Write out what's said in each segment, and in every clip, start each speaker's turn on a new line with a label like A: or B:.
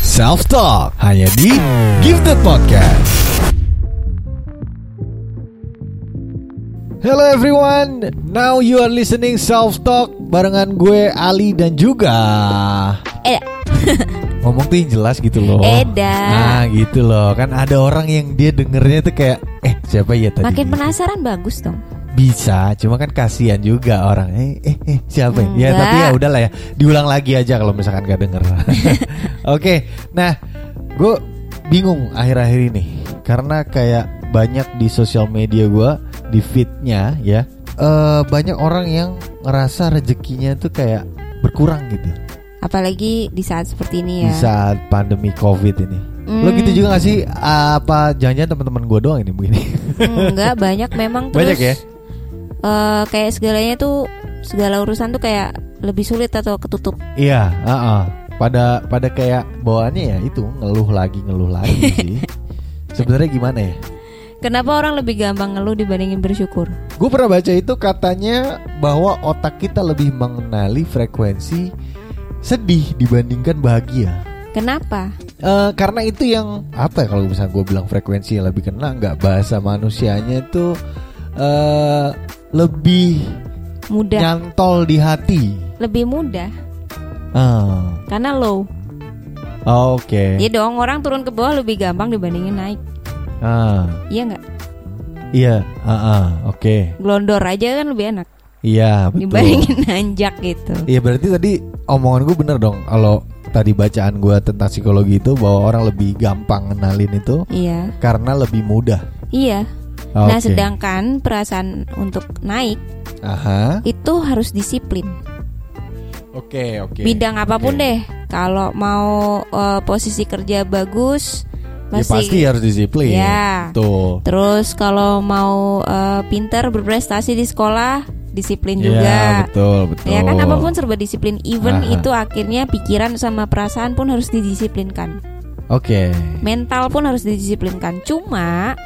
A: Self Talk hanya di Give the Podcast. Hello everyone, now you are listening Self Talk barengan gue Ali dan juga
B: Eda.
A: ngomong tuh yang jelas gitu loh.
B: Eda.
A: Nah gitu loh, kan ada orang yang dia dengernya tuh kayak eh siapa ya tadi?
B: Makin penasaran bagus dong.
A: Bisa, cuma kan kasihan juga orang. Eh, eh, eh siapa? ya? Ya
B: Enggak.
A: tapi ya udahlah ya. Diulang lagi aja kalau misalkan gak denger. Oke, nah gue bingung akhir-akhir ini karena kayak banyak di sosial media gue di feednya ya eh, banyak orang yang ngerasa rezekinya tuh kayak berkurang gitu
B: Apalagi di saat seperti ini ya.
A: di saat pandemi covid ini. Lo
B: Hmm.
A: gitu juga gak sih? Apa jangan-jangan teman-teman gue doang ini begini?
B: Hmm, Enggak banyak memang terus.
A: Banyak ya?
B: eh, kayak segalanya tuh segala urusan tuh kayak lebih sulit atau ketutup.
A: Iya, heeh. pada pada kayak bawaannya ya itu ngeluh lagi ngeluh lagi sih. Sebenarnya gimana ya?
B: Kenapa orang lebih gampang ngeluh dibandingin bersyukur?
A: Gue pernah baca itu katanya bahwa otak kita lebih mengenali frekuensi sedih dibandingkan bahagia.
B: Kenapa?
A: Eh, karena itu yang apa ya kalau misalnya gue bilang frekuensi yang lebih kena nggak bahasa manusianya itu eh lebih
B: Mudah,
A: nyantol di hati.
B: lebih mudah
A: Ah,
B: karena low.
A: Oke.
B: Ya dong, orang turun ke bawah lebih gampang dibandingin naik.
A: Ah,
B: Iya enggak?
A: iya. ah, ah, Oke.
B: Glondor aja kan lebih enak
A: Iya betul.
B: dibandingin nanjak gitu.
A: Iya berarti tadi omongan gue bener dong kalau tadi bacaan gue tentang psikologi itu bahwa orang lebih gampang ngenalin itu
B: Iya.
A: karena lebih mudah.
B: Iya.
A: Oke.
B: Nah, sedangkan perasaan untuk naik
A: Aha.
B: itu harus disiplin.
A: Oke oke.
B: Bidang apapun
A: Oke.
B: deh. Kalau mau eh, posisi kerja bagus
A: Ya,
B: pasti.
A: pasti harus disiplin.
B: Ya.
A: Tuh.
B: Terus kalau mau eh, pinter berprestasi di sekolah, disiplin juga.
A: Ya, betul betul.
B: Ya kan apapun serba disiplin. Even
A: Aha.
B: itu akhirnya pikiran sama perasaan pun harus didisiplinkan.
A: Oke.
B: Mental pun harus didisiplinkan. Cuma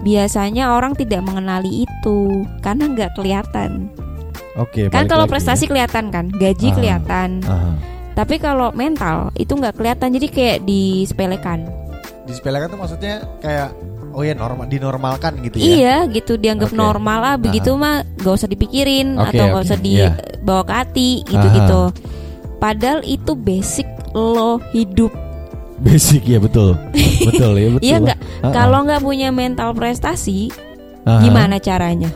B: biasanya orang tidak mengenali itu karena nggak kelihatan.
A: Oke.
B: Kan
A: Ya, balik
B: kalau
A: lagi
B: prestasi
A: ya.
B: kelihatan kan, gaji
A: Ah.
B: kelihatan.
A: Aha.
B: Tapi kalau mental itu nggak kelihatan, jadi kayak disepelekan.
A: Disepelekan tuh maksudnya kayak oh ya normal dinormalkan gitu ya.
B: Iya, gitu dianggap
A: Oke.
B: normal ah, begitu mah gak usah dipikirin
A: Oke,
B: atau nggak
A: oke,
B: usah
A: iya.
B: dibawa ke hati gitu-gitu. Padahal itu basic lo hidup.
A: Basic ya betul. betul ya betul.
B: Iya nggak?
A: Ah, ah.
B: Kalau nggak punya mental prestasi,
A: Aha.
B: gimana caranya?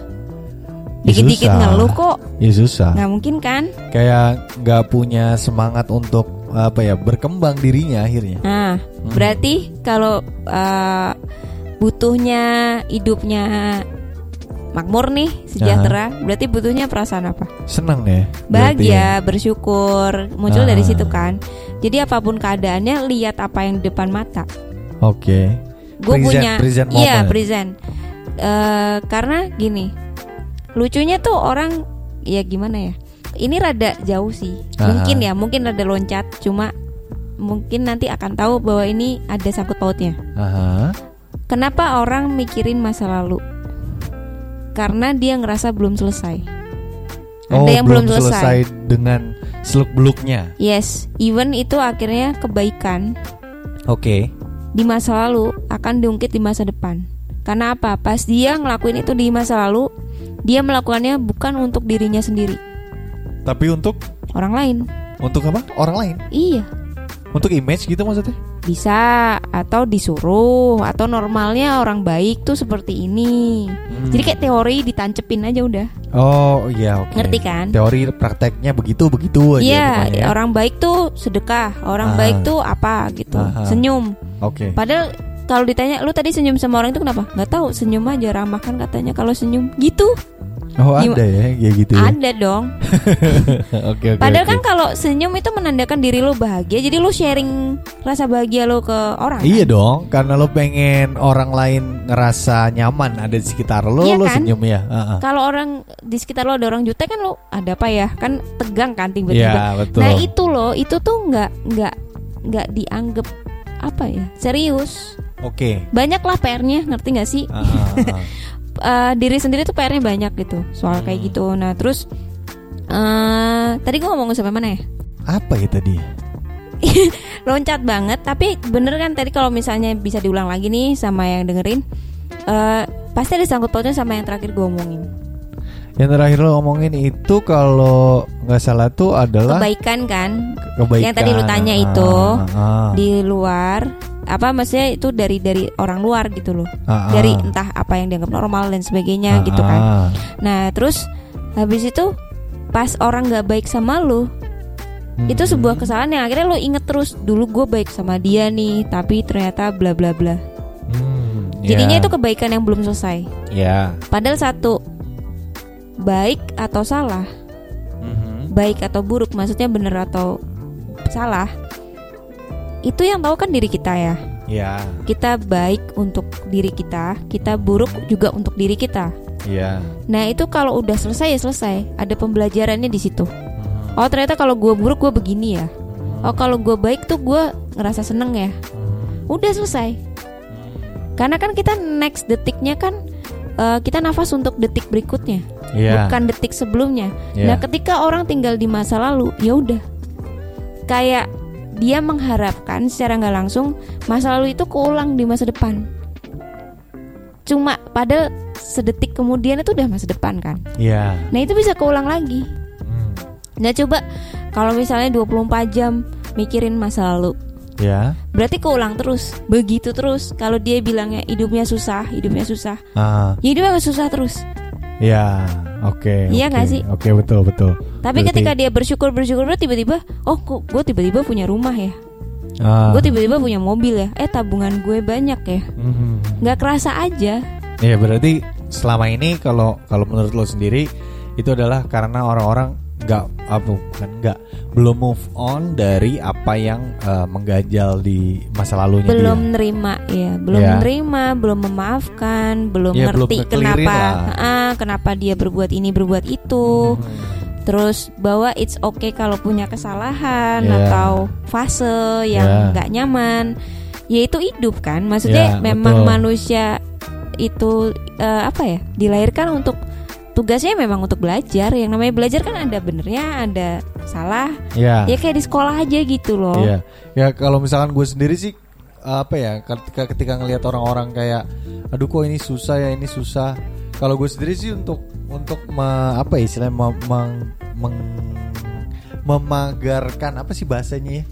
A: Ya,
B: Dikit-dikit
A: susah.
B: ngeluh kok,
A: Ya susah.
B: nggak mungkin kan?
A: kayak nggak punya semangat untuk apa ya berkembang dirinya akhirnya
B: Nah,
A: Hmm.
B: berarti kalau eh, butuhnya hidupnya makmur nih, sejahtera, berarti butuhnya perasaan apa?
A: senang ya Nah. berarti ya.
B: Bahagia, bersyukur, muncul dari
A: Ah.
B: situ kan. Jadi apapun keadaannya lihat apa yang di depan mata.
A: oke
B: Gue
A: Present-
B: punya
A: present
B: Iya,
A: moment.
B: present. Eh, karena gini. Lucunya tuh orang ya gimana ya? Ini rada jauh sih.
A: Ah.
B: Mungkin ya, mungkin rada loncat, cuma mungkin nanti akan tahu bahwa ini ada sangkut pautnya.
A: Aha.
B: Kenapa orang mikirin masa lalu? Karena dia ngerasa belum selesai.
A: oh
B: Ada yang belum selesai.
A: selesai dengan seluk beluknya
B: Yes, even itu akhirnya kebaikan
A: oke
B: di masa lalu akan diungkit di masa depan. Karena apa? Pas dia ngelakuin itu di masa lalu, dia melakukannya bukan untuk dirinya sendiri,
A: tapi untuk
B: orang lain.
A: Untuk apa? Orang lain.
B: Iya,
A: Untuk image gitu maksudnya?
B: bisa atau disuruh atau normalnya orang baik tuh seperti ini.
A: Hmm.
B: Jadi kayak teori ditancepin aja udah.
A: Oh iya oke.
B: Ngerti kan?
A: Teori prakteknya begitu begitu aja.
B: Iya,
A: pokoknya ya.
B: orang baik tuh sedekah,
A: Ah.
B: orang baik tuh apa gitu,
A: Aha.
B: senyum.
A: Oke.
B: Padahal kalau ditanya lu tadi senyum sama orang itu kenapa? Nggak tahu, senyum aja ramah kan katanya kalau senyum gitu.
A: Oh
B: Gim-
A: ada ya, ya gitu. ya.
B: Ada dong.
A: Oke oke.
B: Padahal
A: oke.
B: kan kalau senyum itu menandakan diri lu bahagia, jadi lu sharing rasa bahagia lu ke orang.
A: Iya dong, karena lo pengen orang lain ngerasa nyaman ada di sekitar lo,
B: Iya
A: lo
B: kan?
A: senyum ya. Heeh.
B: Kalau orang di sekitar lu ada orang jutek kan lu ada apa ya? Kan tegang
A: Iya
B: kan tiba-tiba.
A: betul.
B: Nah itu loh, itu tuh nggak nggak nggak dianggap apa ya serius.
A: Oke.
B: Banyaklah PR-nya, ngerti nggak sih?
A: Ah, ah, ah.
B: Eh, diri sendiri tuh PR-nya banyak gitu soal kayak
A: Hmm.
B: gitu. Nah terus eh tadi gue ngomong sampai mana ya?
A: Apa ya tadi?
B: Loncat banget, tapi bener kan tadi kalau misalnya bisa diulang lagi nih sama yang dengerin. eh pasti ada sangkut pautnya sama yang terakhir gue omongin
A: Yang terakhir lo ngomongin itu kalau nggak salah tuh adalah
B: kebaikan kan
A: ke- kebaikan.
B: yang tadi lo tanya
A: Ah,
B: itu,
A: ah,
B: di luar apa maksudnya itu dari dari orang luar gitu loh
A: ah, ah.
B: dari entah apa yang dianggap normal dan sebagainya
A: Ah,
B: gitu kan.
A: ah.
B: Nah terus habis itu pas orang nggak baik sama lu itu
A: Hmm.
B: sebuah kesalahan yang akhirnya lu inget terus dulu gue baik sama dia nih tapi ternyata bla bla bla.
A: Hmm,
B: Jadinya
A: ya,
B: itu kebaikan yang belum selesai.
A: ya.
B: Padahal satu baik atau salah,
A: Mhm.
B: baik atau buruk maksudnya bener atau salah itu yang tahu kan diri kita ya.
A: Ya,
B: Kita baik untuk diri kita, kita buruk juga untuk diri kita.
A: ya.
B: Nah itu kalau udah selesai ya selesai. Ada pembelajarannya di situ. Oh ternyata kalau gue buruk gue begini ya. Oh kalau gue baik tuh gue ngerasa seneng ya. Udah selesai. Karena kan kita next detiknya kan eh, kita nafas untuk detik berikutnya,
A: Ya.
B: bukan detik sebelumnya.
A: ya.
B: Nah ketika orang tinggal di masa lalu, ya udah. Kayak dia mengharapkan secara nggak langsung masa lalu itu keulang di masa depan. Cuma pada sedetik kemudian itu udah masa depan kan.
A: ya.
B: Nah itu bisa keulang lagi
A: Hmm.
B: Nah coba kalau misalnya 24 jam mikirin masa lalu
A: Ya.
B: Berarti keulang terus Begitu terus Kalau dia bilangnya hidupnya susah Hidupnya susah
A: Ah,
B: Ya hidupnya nggak susah terus
A: ya. Oke.
B: Iya
A: oke.
B: nggak sih?
A: Oke, betul, betul.
B: Tapi
A: Berarti-
B: ketika dia bersyukur-bersyukur berarti Tiba-tiba Oh kok gue tiba-tiba punya rumah ya
A: Ah.
B: Gue tiba-tiba punya mobil ya Eh tabungan gue banyak ya
A: Mhm.
B: Nggak kerasa aja
A: Ya berarti selama ini kalau kalau menurut lo sendiri itu adalah karena orang-orang nggak apa bukan nggak belum move on dari apa yang eh, mengganjal di masa lalunya
B: belum
A: dia.
B: nerima ya belum
A: Ya.
B: nerima belum memaafkan belum
A: Ya, belum
B: ngerti
A: ngekelirin
B: kenapa
A: lah. Oh,
B: ah, kenapa dia berbuat ini berbuat itu
A: iya.
B: terus bahwa it's okay kalau punya kesalahan
A: Ya.
B: atau fase
A: Ya.
B: yang nggak nyaman ya itu hidup kan
A: Ya,
B: maksudnya memang
A: betul.
B: manusia itu eh, apa ya dilahirkan untuk tugasnya memang untuk belajar yang namanya belajar kan ada benernya ada salah
A: Ya.
B: ya kayak di sekolah aja gitu loh
A: Iya. Ya kalau misalkan gue sendiri sih apa ya ketika ketika ngelihat orang-orang kayak aduh kok ini susah ya ini susah. Kalau gue sendiri sih untuk untuk me- apa ya, istilahnya mem- meng- meng- memagarkan apa sih bahasanya ya?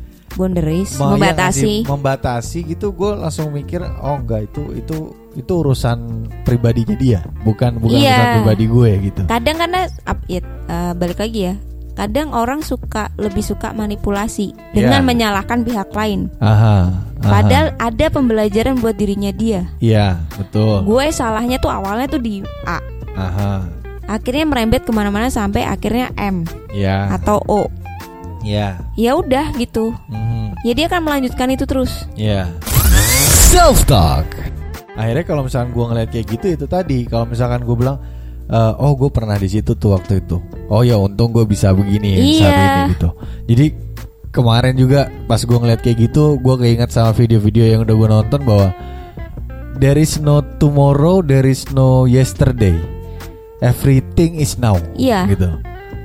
A: Ma-
B: boundaries
A: iya nggak
B: membatasi
A: sih? membatasi gitu gue langsung mikir oh enggak itu itu itu urusan pribadinya dia bukan bukan
B: Iya.
A: urusan pribadi gue gitu
B: kadang karena ap- ya, eh, balik lagi ya kadang orang suka lebih suka manipulasi
A: Ya.
B: dengan menyalahkan pihak lain
A: aha, aha.
B: padahal ada pembelajaran buat dirinya dia
A: iya betul
B: gue salahnya tuh awalnya tuh di A
A: aha
B: akhirnya merembet kemana-mana sampai akhirnya M
A: ya
B: atau O
A: ya
B: ya udah gitu
A: Mhm.
B: ya dia akan melanjutkan itu terus
A: ya self talk akhirnya kalau misalkan gue ngeliat kayak gitu itu tadi kalau misalkan gue bilang eh, oh gue pernah di situ tuh waktu itu oh ya untung gue bisa begini ya saat
B: Iya.
A: ini gitu jadi kemarin juga pas gue ngeliat kayak gitu gue keinget sama video-video yang udah gue nonton bahwa there is no tomorrow there is no yesterday everything is now
B: Iya.
A: gitu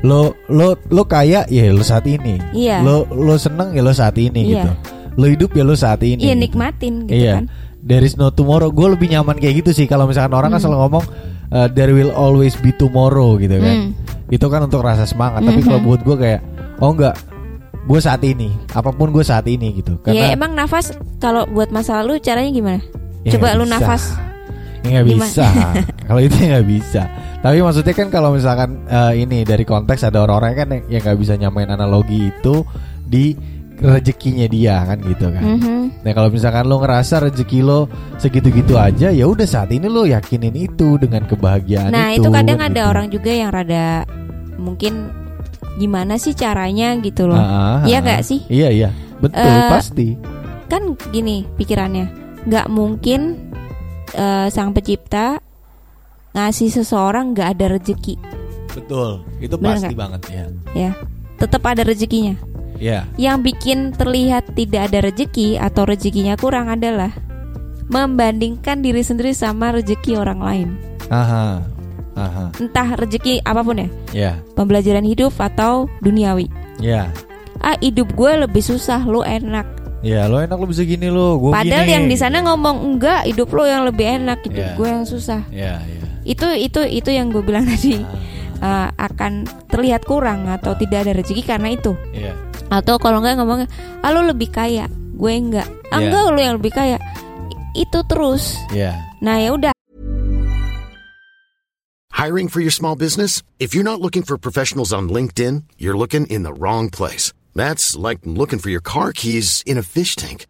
A: lo lo lo kaya ya lo saat ini
B: Iya.
A: lo lo seneng ya lo saat ini
B: Iya.
A: gitu lo hidup ya lo saat ini
B: iya
A: gitu.
B: nikmatin gitu
A: iya
B: kan
A: there is no tomorrow gue lebih nyaman kayak gitu sih kalau misalkan orang kan selalu ngomong eh, there will always be tomorrow gitu kan
B: Hmm.
A: itu kan untuk rasa semangat tapi kalau buat gue kayak oh enggak gue saat ini apapun gue saat ini gitu
B: ya
A: karena
B: emang nafas kalau buat masa lalu caranya gimana?
A: Ya,
B: Coba
A: nggak
B: lu
A: bisa.
B: nafas.
A: Ya, nggak
B: Gimana?
A: bisa kalau itu ya nggak bisa tapi maksudnya kan kalau misalkan eh, ini dari konteks ada orang-orang kan yang- yang nggak bisa nyamain analogi itu di rezekinya dia kan gitu kan
B: Mhm.
A: Nah kalau misalkan lo ngerasa rezeki lo segitu-gitu aja, ya udah saat ini lo yakinin itu dengan kebahagiaan
B: Nah,
A: itu.
B: itu kadang
A: kan
B: ada
A: gitu.
B: orang juga yang rada mungkin gimana sih caranya gitu loh.
A: Ah,
B: Iya
A: ah.
B: nggak sih?
A: Iya iya, betul
B: Eh,
A: pasti.
B: Kan gini pikirannya. nggak mungkin eh, sang pencipta ngasih seseorang nggak ada rezeki,
A: Betul, itu
B: bener pasti nggak?
A: banget ya.
B: ya. Tetap ada rezekinya.
A: Iya.
B: Yang bikin terlihat tidak ada rezeki atau rezekinya kurang adalah membandingkan diri sendiri sama rezeki orang lain.
A: Aha. Aha.
B: Entah rezeki apapun ya,
A: Ya.
B: pembelajaran hidup atau duniawi.
A: Ya.
B: Ah, hidup gue lebih susah, lu enak.
A: Ya, lo enak lo bisa Oh, gini lo, gue
B: Padahal yang di sana ngomong enggak, hidup lo yang lebih enak,
A: Iya.
B: hidup gue yang susah.
A: Ya, ya.
B: Itu itu itu yang gue bilang tadi. eh, akan terlihat kurang atau tidak ada rezeki karena itu.
A: Ya.
B: Atau kalau enggak ngomong, "Ah, lu lebih kaya, gue enggak."
A: Iya.
B: Ah, enggak, lu yang lebih kaya. I- Itu terus.
A: Ya.
B: Nah, ya udah
C: Hiring for your small business? If you're not looking for professionals on LinkedIn, you're looking in the wrong place. That's like looking for your car keys in a fish tank.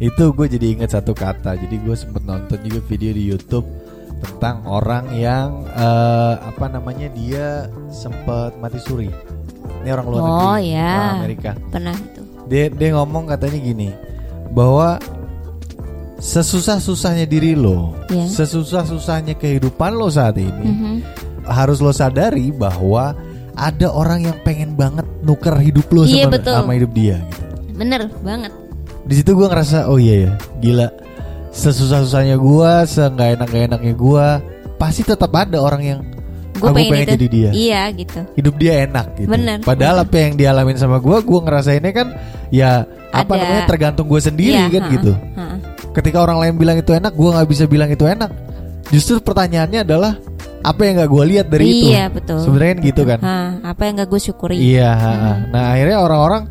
A: itu gue jadi ingat satu kata. Jadi gue sempet nonton juga video di YouTube tentang orang yang eh, apa namanya dia sempet mati suri. Ini orang luar negeri,
B: Oh, ya.
A: orang Amerika.
B: Pernah itu.
A: Dia dia ngomong katanya gini bahwa sesusah-susahnya diri lo,
B: Iya.
A: sesusah-susahnya kehidupan lo saat ini,
B: Mhm.
A: harus lo sadari bahwa ada orang yang pengen banget nuker hidup lo
B: Iya,
A: sama,
B: betul.
A: sama hidup dia. Gitu
B: Bener banget.
A: Ah, di situ gue ngerasa oh iya ya gila sesusah susahnya gue seenggak enak gak enaknya gue pasti tetap ada orang yang
B: Gue
A: aku pengen,
B: pengen, itu.
A: jadi dia
B: Iya gitu.
A: hidup dia enak gitu
B: Bener.
A: padahal apa yang dialamin sama gue gue ngerasainnya kan ya apa
B: Ada-
A: namanya tergantung gue sendiri
B: Iya,
A: kan
B: ha-ha,
A: gitu
B: ha-ha.
A: ketika orang lain bilang itu enak gue nggak bisa bilang itu enak justru pertanyaannya adalah apa yang nggak gue lihat dari itu
B: Iya, betul.
A: sebenarnya kan gitu kan
B: Hah, apa yang gak gue syukuri?
A: Iya. ha, ha. Nah akhirnya orang-orang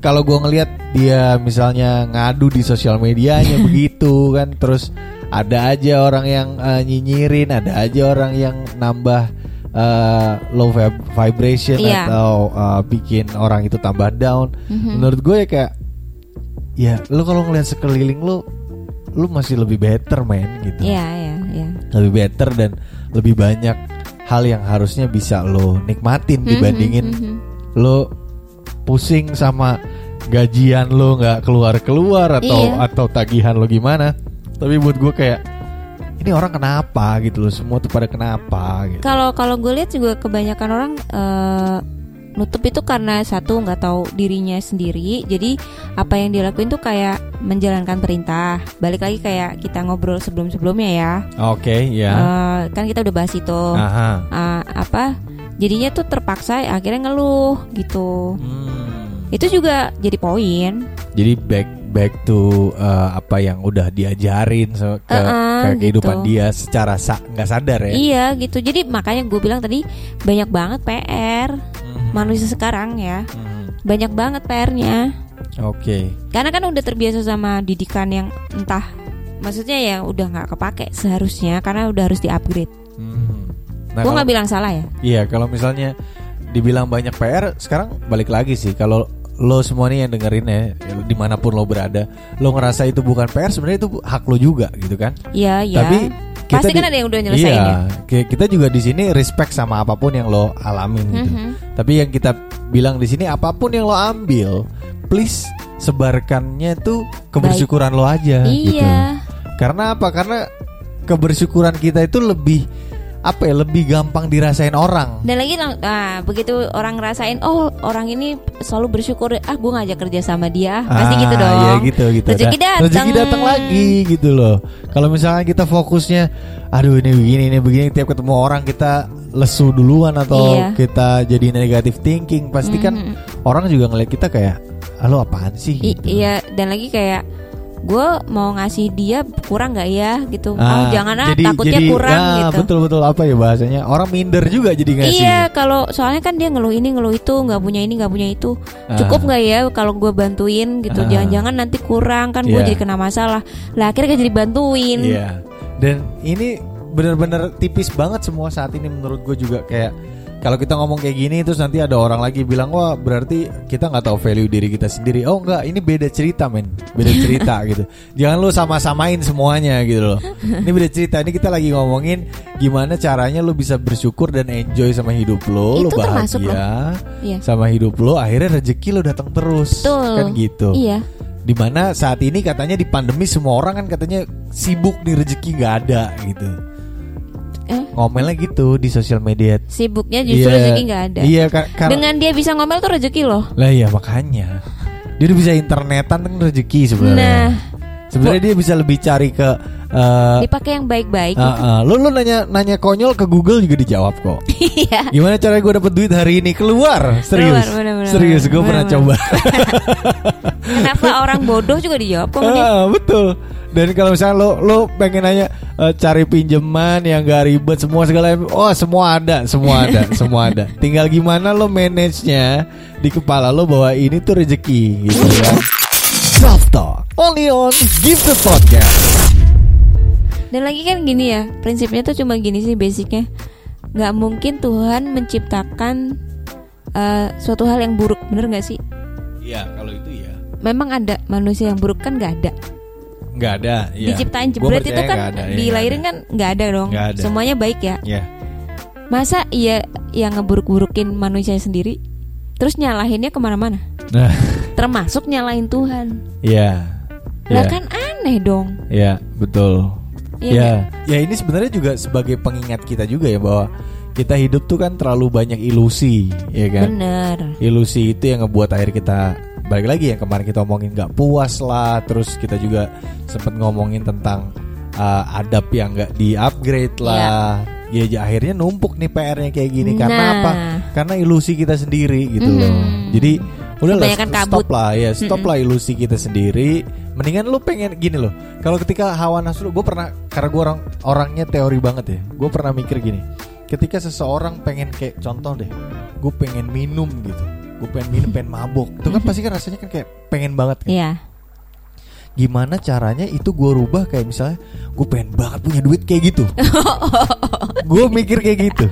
A: kalau gue ngelihat dia misalnya ngadu di sosial medianya begitu kan, terus ada aja orang yang eh, nyinyirin, ada aja orang yang nambah eh, low vib- vibration
B: Iya. Mhm.
A: atau eh, bikin orang itu tambah down. Menurut gue ya kayak, ya lu kalau ngelihat sekeliling lu, lu masih lebih better men gitu
B: Iya, iya, iya.
A: lebih better dan lebih banyak hal yang harusnya bisa lo
B: Mhm,
A: nikmatin dibandingin lo pusing sama gajian lo nggak keluar keluar atau
B: Iya.
A: atau tagihan lo gimana tapi buat gue kayak ini orang kenapa gitu loh semua tuh pada kenapa gitu
B: Kalau kalau gue lihat juga kebanyakan orang eh, nutup itu karena satu nggak tahu dirinya sendiri. Jadi apa yang dilakuin tuh kayak menjalankan perintah. Balik lagi kayak kita ngobrol sebelum-sebelumnya ya.
A: oke ya Ah.
B: Eh, kan kita udah bahas itu.
A: aha
B: Eh, apa? Jadinya tuh terpaksa akhirnya ngeluh gitu.
A: Hmm.
B: Itu juga jadi poin.
A: jadi back back to uh, apa yang udah diajarin so- ke,
B: Uh-uh,
A: ke kehidupan
B: gitu.
A: dia secara sa- nggak sadar ya
B: Iya gitu. Jadi makanya gue bilang tadi banyak banget PR
A: Hmm.
B: manusia sekarang ya.
A: Mhm.
B: Banyak banget PR-nya.
A: oke
B: Karena kan udah terbiasa sama didikan yang entah maksudnya ya udah nggak kepake seharusnya karena udah harus di-upgrade.
A: Mhm. Nah,
B: gue
A: kalau-
B: nggak bilang salah ya.
A: Iya, kalau misalnya dibilang banyak PR, sekarang balik lagi sih. Kalau lo semua nih yang dengerin ya, ya lo dimanapun lo berada, lo ngerasa itu bukan PR, sebenarnya itu hak lo juga gitu kan?
B: Iya, iya.
A: Tapi kita
B: Pasti kan
A: di-
B: ada yang udah nyelesain
A: iya,
B: ya.
A: ki- Kita juga di sini respect sama apapun yang lo alamin gitu.
B: Mhm.
A: Tapi yang kita bilang di sini apapun yang lo ambil, please sebarkannya tuh kebersyukuran lo aja
B: Iya.
A: gitu. Karena apa? Karena kebersyukuran kita itu lebih apa ya lebih gampang dirasain orang
B: Dan lagi lang- ah, begitu orang ngerasain oh orang ini selalu bersyukur ah gue ngajak kerja sama dia ah, pasti
A: Ah,
B: gitu dong.
A: Iya gitu gitu. Nah,
B: Rezeki datang.
A: Rezeki datang lagi gitu loh. Kalau misalnya kita fokusnya aduh ini begini ini begini tiap ketemu orang kita lesu duluan atau
B: Iya.
A: kita jadi negative thinking pasti kan orang juga ngeliat kita kayak halo apaan sih?
B: I-
A: gitu.
B: iya dan lagi kayak gue mau ngasih dia kurang nggak ya gitu. Ah,
A: Ah,
B: jangan ah
A: jadi-
B: takutnya
A: jadi-
B: kurang
A: ah,
B: gitu.
A: Betul betul apa ya bahasanya? Orang minder juga jadi ngasih.
B: Iya, kalau soalnya kan dia ngeluh ini ngeluh itu, nggak punya ini nggak punya itu. Cukup nggak ya kalau gue bantuin gitu?
A: Ah.
B: Jangan-jangan nanti kurang kan gue
A: Iya.
B: jadi kena masalah. Lah akhirnya gak jadi bantuin.
A: Iya. Dan ini benar-benar tipis banget semua saat ini menurut gue juga kayak kalau kita ngomong kayak gini terus nanti ada orang lagi bilang wah berarti kita nggak tahu value diri kita sendiri. Oh enggak, ini beda cerita men, beda cerita gitu. Jangan lu sama-samain semuanya gitu loh. Ini beda cerita. Ini kita lagi ngomongin gimana caranya lu bisa bersyukur dan enjoy sama hidup lo, lu
B: Itu termasuk
A: bahagia
B: Iya.
A: sama hidup lo. Akhirnya rezeki lo datang terus
B: Betul.
A: kan gitu.
B: Iya.
A: Dimana saat ini katanya di pandemi semua orang kan katanya sibuk di rezeki nggak ada gitu.
B: Eh?
A: Ngomelnya gitu di sosial media.
B: Sibuknya justru
A: Iya.
B: rezeki nggak ada.
A: Iya kar- kar-
B: Dengan dia bisa ngomel tuh rezeki loh.
A: lah iya makanya. Dia udah bisa internetan kan rezeki sebenarnya.
B: Nah.
A: Sebenarnya dia bisa lebih cari ke eh,
B: Dipakai yang baik-baik.
A: eh, eh, lu lu nanya nanya konyol ke Google juga dijawab kok.
B: Iya.
A: Gimana cara gue dapet duit hari ini keluar? Serius,
B: Keluar, bener-bener.
A: serius gue pernah coba.
B: Bener-bener. Kenapa orang bodoh juga dijawab kok ini?
A: Ah, betul. Dan kalau misalnya lo lo pengen nanya eh, cari pinjaman yang gak ribet semua segala oh semua ada, semua ada, semua ada. Tinggal gimana lo manage-nya di kepala lo bahwa ini tuh rezeki gitu ya. Self Talk only on Give the Podcast.
B: Dan lagi kan gini ya, prinsipnya tuh cuma gini sih basicnya. Nggak mungkin Tuhan menciptakan eh, suatu hal yang buruk, bener nggak sih?
A: Iya, kalau itu ya.
B: Memang ada manusia yang buruk kan nggak ada.
A: Nggak ada, iya.
B: Diciptain berarti itu kan dilahirin kan nggak ada dong.
A: Nggak ada.
B: Semuanya baik ya.
A: Ya.
B: Masa iya yang ngeburuk-burukin manusia sendiri, terus nyalahinnya kemana-mana,
A: Nah,
B: termasuk nyalahin Tuhan.
A: ya.
B: Lah
A: ya.
B: kan aneh dong.
A: Ya, betul.
B: Iya
A: Ya, ya ini sebenarnya juga sebagai pengingat kita juga ya bahwa kita hidup tuh kan terlalu banyak ilusi, ya kan?
B: Bener.
A: Ilusi itu yang ngebuat akhir kita balik lagi yang kemarin kita omongin nggak puas lah, terus kita juga sempat ngomongin tentang uh, adab yang nggak di upgrade
B: Iya.
A: lah. Ya, j- akhirnya numpuk nih PR-nya kayak gini karena
B: Nah.
A: apa? Karena ilusi kita sendiri gitu loh.
B: Mhm.
A: Jadi udah lah,
B: Kebanyakan
A: stop
B: kabut.
A: lah ya stop lah ilusi kita sendiri mendingan lu pengen gini loh kalau ketika hawa nafsu lu gue pernah karena gue orang orangnya teori banget ya gue pernah mikir gini ketika seseorang pengen kayak contoh deh gue pengen minum gitu gue pengen minum pengen mabuk itu kan pasti kan rasanya kan kayak pengen banget kan
B: Iya.
A: gimana caranya itu gue rubah kayak misalnya gue pengen banget punya duit kayak gitu gue mikir kayak gitu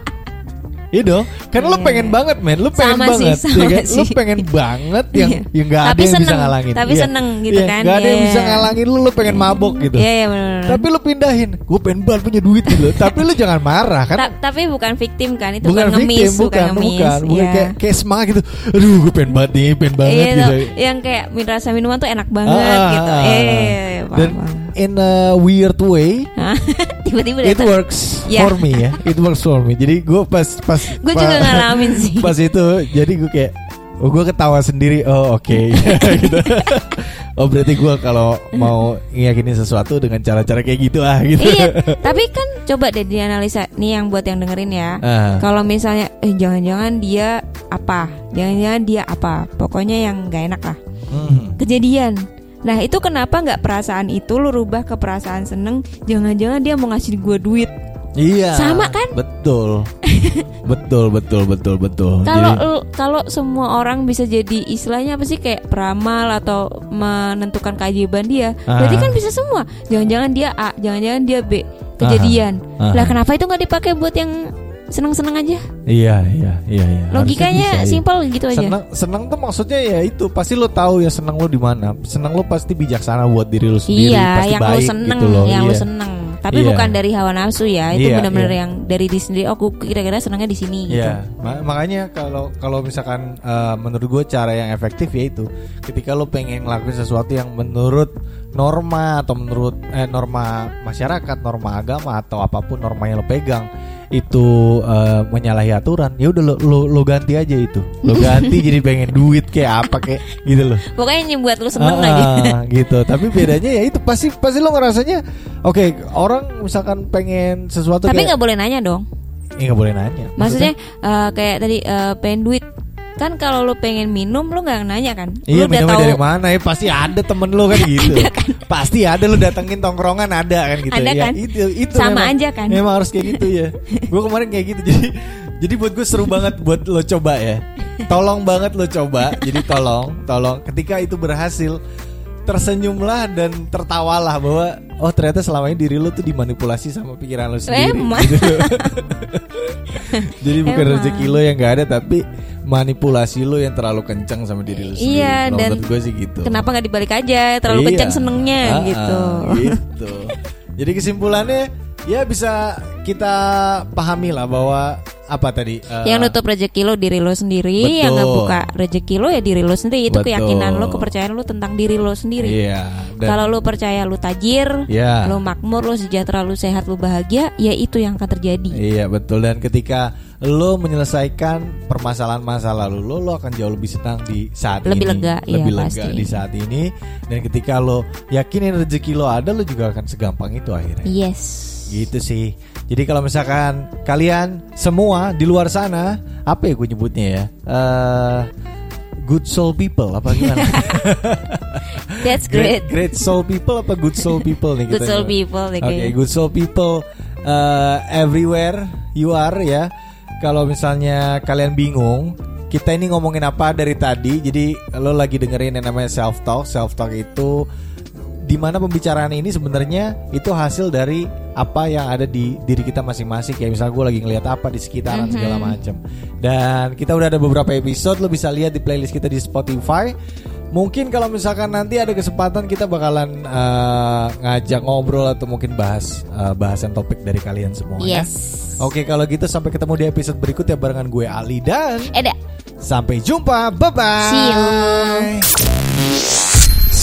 A: Iya dong, karena lu pengen banget men, lu pengen
B: Sama sih,
A: banget,
B: sama
A: kan? lu
B: sih.
A: pengen banget yang
B: Iya.
A: yang gak ada
B: Tapi
A: yang bisa
B: seneng,
A: ngalangin,
B: tapi
A: Iya.
B: seneng gitu
A: Iya,
B: kan,
A: gak ada yang
B: iya.
A: bisa ngalangin lu, lu pengen mabok gitu,
B: Iya, iya bener.
A: tapi lu pindahin, gue pengen banget punya duit gitu, tapi lu jangan marah kan,
B: Ta- tapi bukan victim kan itu
A: bukan
B: bukan, ngemis
A: victim, bukan,
B: ngemis
A: bukan, bukan
B: Iya.
A: kayak, kayak semangat gitu, aduh gue pengen banget nih, pengen banget
B: Iya,
A: gitu,
B: tau, yang kayak min- rasa minuman tuh enak banget
A: Ah,
B: gitu
A: ah, ah.
B: eh paham,
A: dan
B: paham.
A: in a weird way,
B: iya. Hah? tiba-tiba
A: It
B: datang
A: works
B: Ya.
A: for me ya. It works for me. Jadi gue pas pas
B: Gua
A: pa-
B: juga ngalamin sih.
A: Pas itu jadi gue kayak oh, gue ketawa sendiri. Oh oke. Gitu. Oh berarti gue kalau mau ngiyakinin sesuatu dengan cara-cara kayak gitu ah gitu.
B: iya tapi kan coba deh dianalisa nih yang buat yang dengerin ya
A: Ah.
B: kalau misalnya eh jangan-jangan dia apa jangan-jangan dia apa pokoknya yang nggak enak lah
A: Hmm.
B: kejadian nah itu kenapa nggak perasaan itu lu rubah ke perasaan seneng jangan-jangan dia mau ngasih gua duit
A: Iya.
B: Sama kan?
A: Betul. betul betul betul betul.
B: Kalau
A: Oh, Jadi-
B: lu- kalau semua orang bisa jadi istilahnya apa sih kayak peramal atau menentukan keajaiban dia,
A: Ah.
B: berarti kan bisa semua. Jangan-jangan dia A, jangan-jangan dia B. Kejadian.
A: Aha. Aha.
B: Lah kenapa itu nggak dipakai buat yang seneng-seneng aja?
A: iya iya iya iya. Harusnya bisa,
B: Logikanya
A: iya.
B: simpel gitu aja.
A: Senang, senang tuh maksudnya ya itu pasti lo tahu ya senang lo di mana. Senang lo pasti bijaksana buat diri lo sendiri.
B: Iya,
A: pasti
B: yang lu
A: baik
B: seneng,
A: gitu loh.
B: yang lu
A: Iya.
B: seneng. Tapi
A: Iya.
B: bukan dari hawa nafsu ya, itu
A: Iya,
B: benar-benar
A: iya.
B: yang dari diri sendiri. Oh, gua kira-kira senangnya di sini gitu.
A: Iya, ma- makanya kalau kalau misalkan eh, menurut gue cara yang efektif yaitu ketika lo pengen ngelakuin sesuatu yang menurut norma atau menurut eh, norma masyarakat, norma agama atau apapun norma yang lo pegang itu eh, menyalahi aturan, ya udah lo, lo lo ganti aja itu. Lo ganti jadi pengen duit kayak apa kayak gitu loh.
B: Pokoknya yang buat lu seneng
A: Ah,
B: lagi.
A: gitu. Tapi bedanya ya itu pasti pasti lo ngerasanya oke, orang misalkan pengen sesuatu
B: Tapi
A: kayak
B: nggak boleh nanya dong.
A: "Eh, nggak boleh nanya.
B: Maksudnya eh, kayak tadi eh, pengen duit. Kan kalau lu pengen minum lu nggak nanya kan?
A: Iya
B: lu udah
A: minumnya
B: tahu
A: dari mana ya Pasti ada temen lu kan gitu Pasti ada lu datengin tongkrongan ada kan gitu
B: Ada
A: ya,
B: kan?
A: itu, itu
B: Sama
A: memang,
B: aja kan?
A: Memang harus kayak gitu ya Gue kemarin kayak gitu Jadi jadi buat gue seru banget buat lo coba ya Tolong banget lo coba Jadi tolong Tolong Ketika itu berhasil Tersenyumlah dan tertawalah bahwa Oh ternyata selama ini diri lo tuh dimanipulasi sama pikiran lo sendiri gitu.
B: Emang.
A: Jadi bukan
B: Emang.
A: rezeki lo yang gak ada Tapi manipulasi lo yang terlalu kencang sama diri lo sendiri
B: Iya,
A: Kalau
B: dan
A: menurut gue sih gitu
B: Kenapa nggak dibalik aja? Terlalu
A: Iya.
B: kencang senengnya
A: Ah, ah,
B: gitu.
A: gitu. Jadi kesimpulannya ya bisa kita pahami lah bahwa apa tadi? eh,
B: Yang nutup rezeki lo diri lo sendiri, yang
A: Betul.
B: ngebuka rezeki lo ya diri lo sendiri. Itu
A: Betul.
B: keyakinan lo, kepercayaan lo tentang diri lo sendiri.
A: Iya. dan-
B: Kalau lo percaya lo tajir,
A: Iya.
B: lo makmur, lo sejahtera, lo sehat, lo bahagia, ya itu yang akan terjadi.
A: Iya betul dan ketika lo menyelesaikan permasalahan masa lalu lo lo akan jauh lebih senang di saat ini
B: Lebih lega,
A: lebih
B: iya,
A: lega
B: pasti.
A: di saat ini dan ketika lo yakinin rezeki lo ada lo juga akan segampang itu akhirnya.
B: Yes.
A: Gitu sih. Jadi kalau misalkan kalian semua di luar sana, apa ya gue nyebutnya ya? Eh good soul people apa gimana?
B: That's great.
A: great soul people apa good soul people nih kita
B: Good soul
A: nyebut?
B: people,
A: Oke,
B: like kayak-
A: good soul people eh, everywhere you are ya. Kalau misalnya kalian bingung, kita ini ngomongin apa dari tadi? Jadi lo lagi dengerin yang namanya self talk. Self talk itu dimana pembicaraan ini sebenarnya itu hasil dari apa yang ada di diri kita masing-masing kayak misalnya gue lagi ngelihat apa di sekitaran
B: Mm-hmm.
A: segala macam dan kita udah ada beberapa episode lo bisa lihat di playlist kita di Spotify mungkin kalau misalkan nanti ada kesempatan kita bakalan eh, ngajak ngobrol atau mungkin bahas eh, bahasan topik dari kalian semua ya.
B: Yes.
A: oke kalau gitu sampai ketemu di episode berikutnya barengan gue Ali dan
B: Ada.
A: sampai jumpa bye bye
B: See you.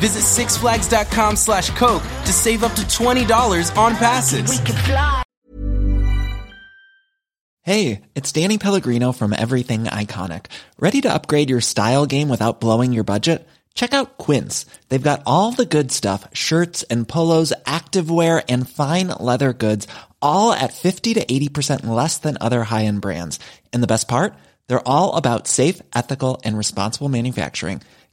D: Visit sixflags.com slash Coke to save up to $20 on passes.
E: Hey, it's Danny Pellegrino from Everything Iconic. Ready to upgrade your style game without blowing your budget? Check out Quince. They've got all the good stuff, shirts and polos, activewear and fine leather goods, all at 50 to 80% less than other high-end brands. And the best part? They're all about safe, ethical and responsible manufacturing.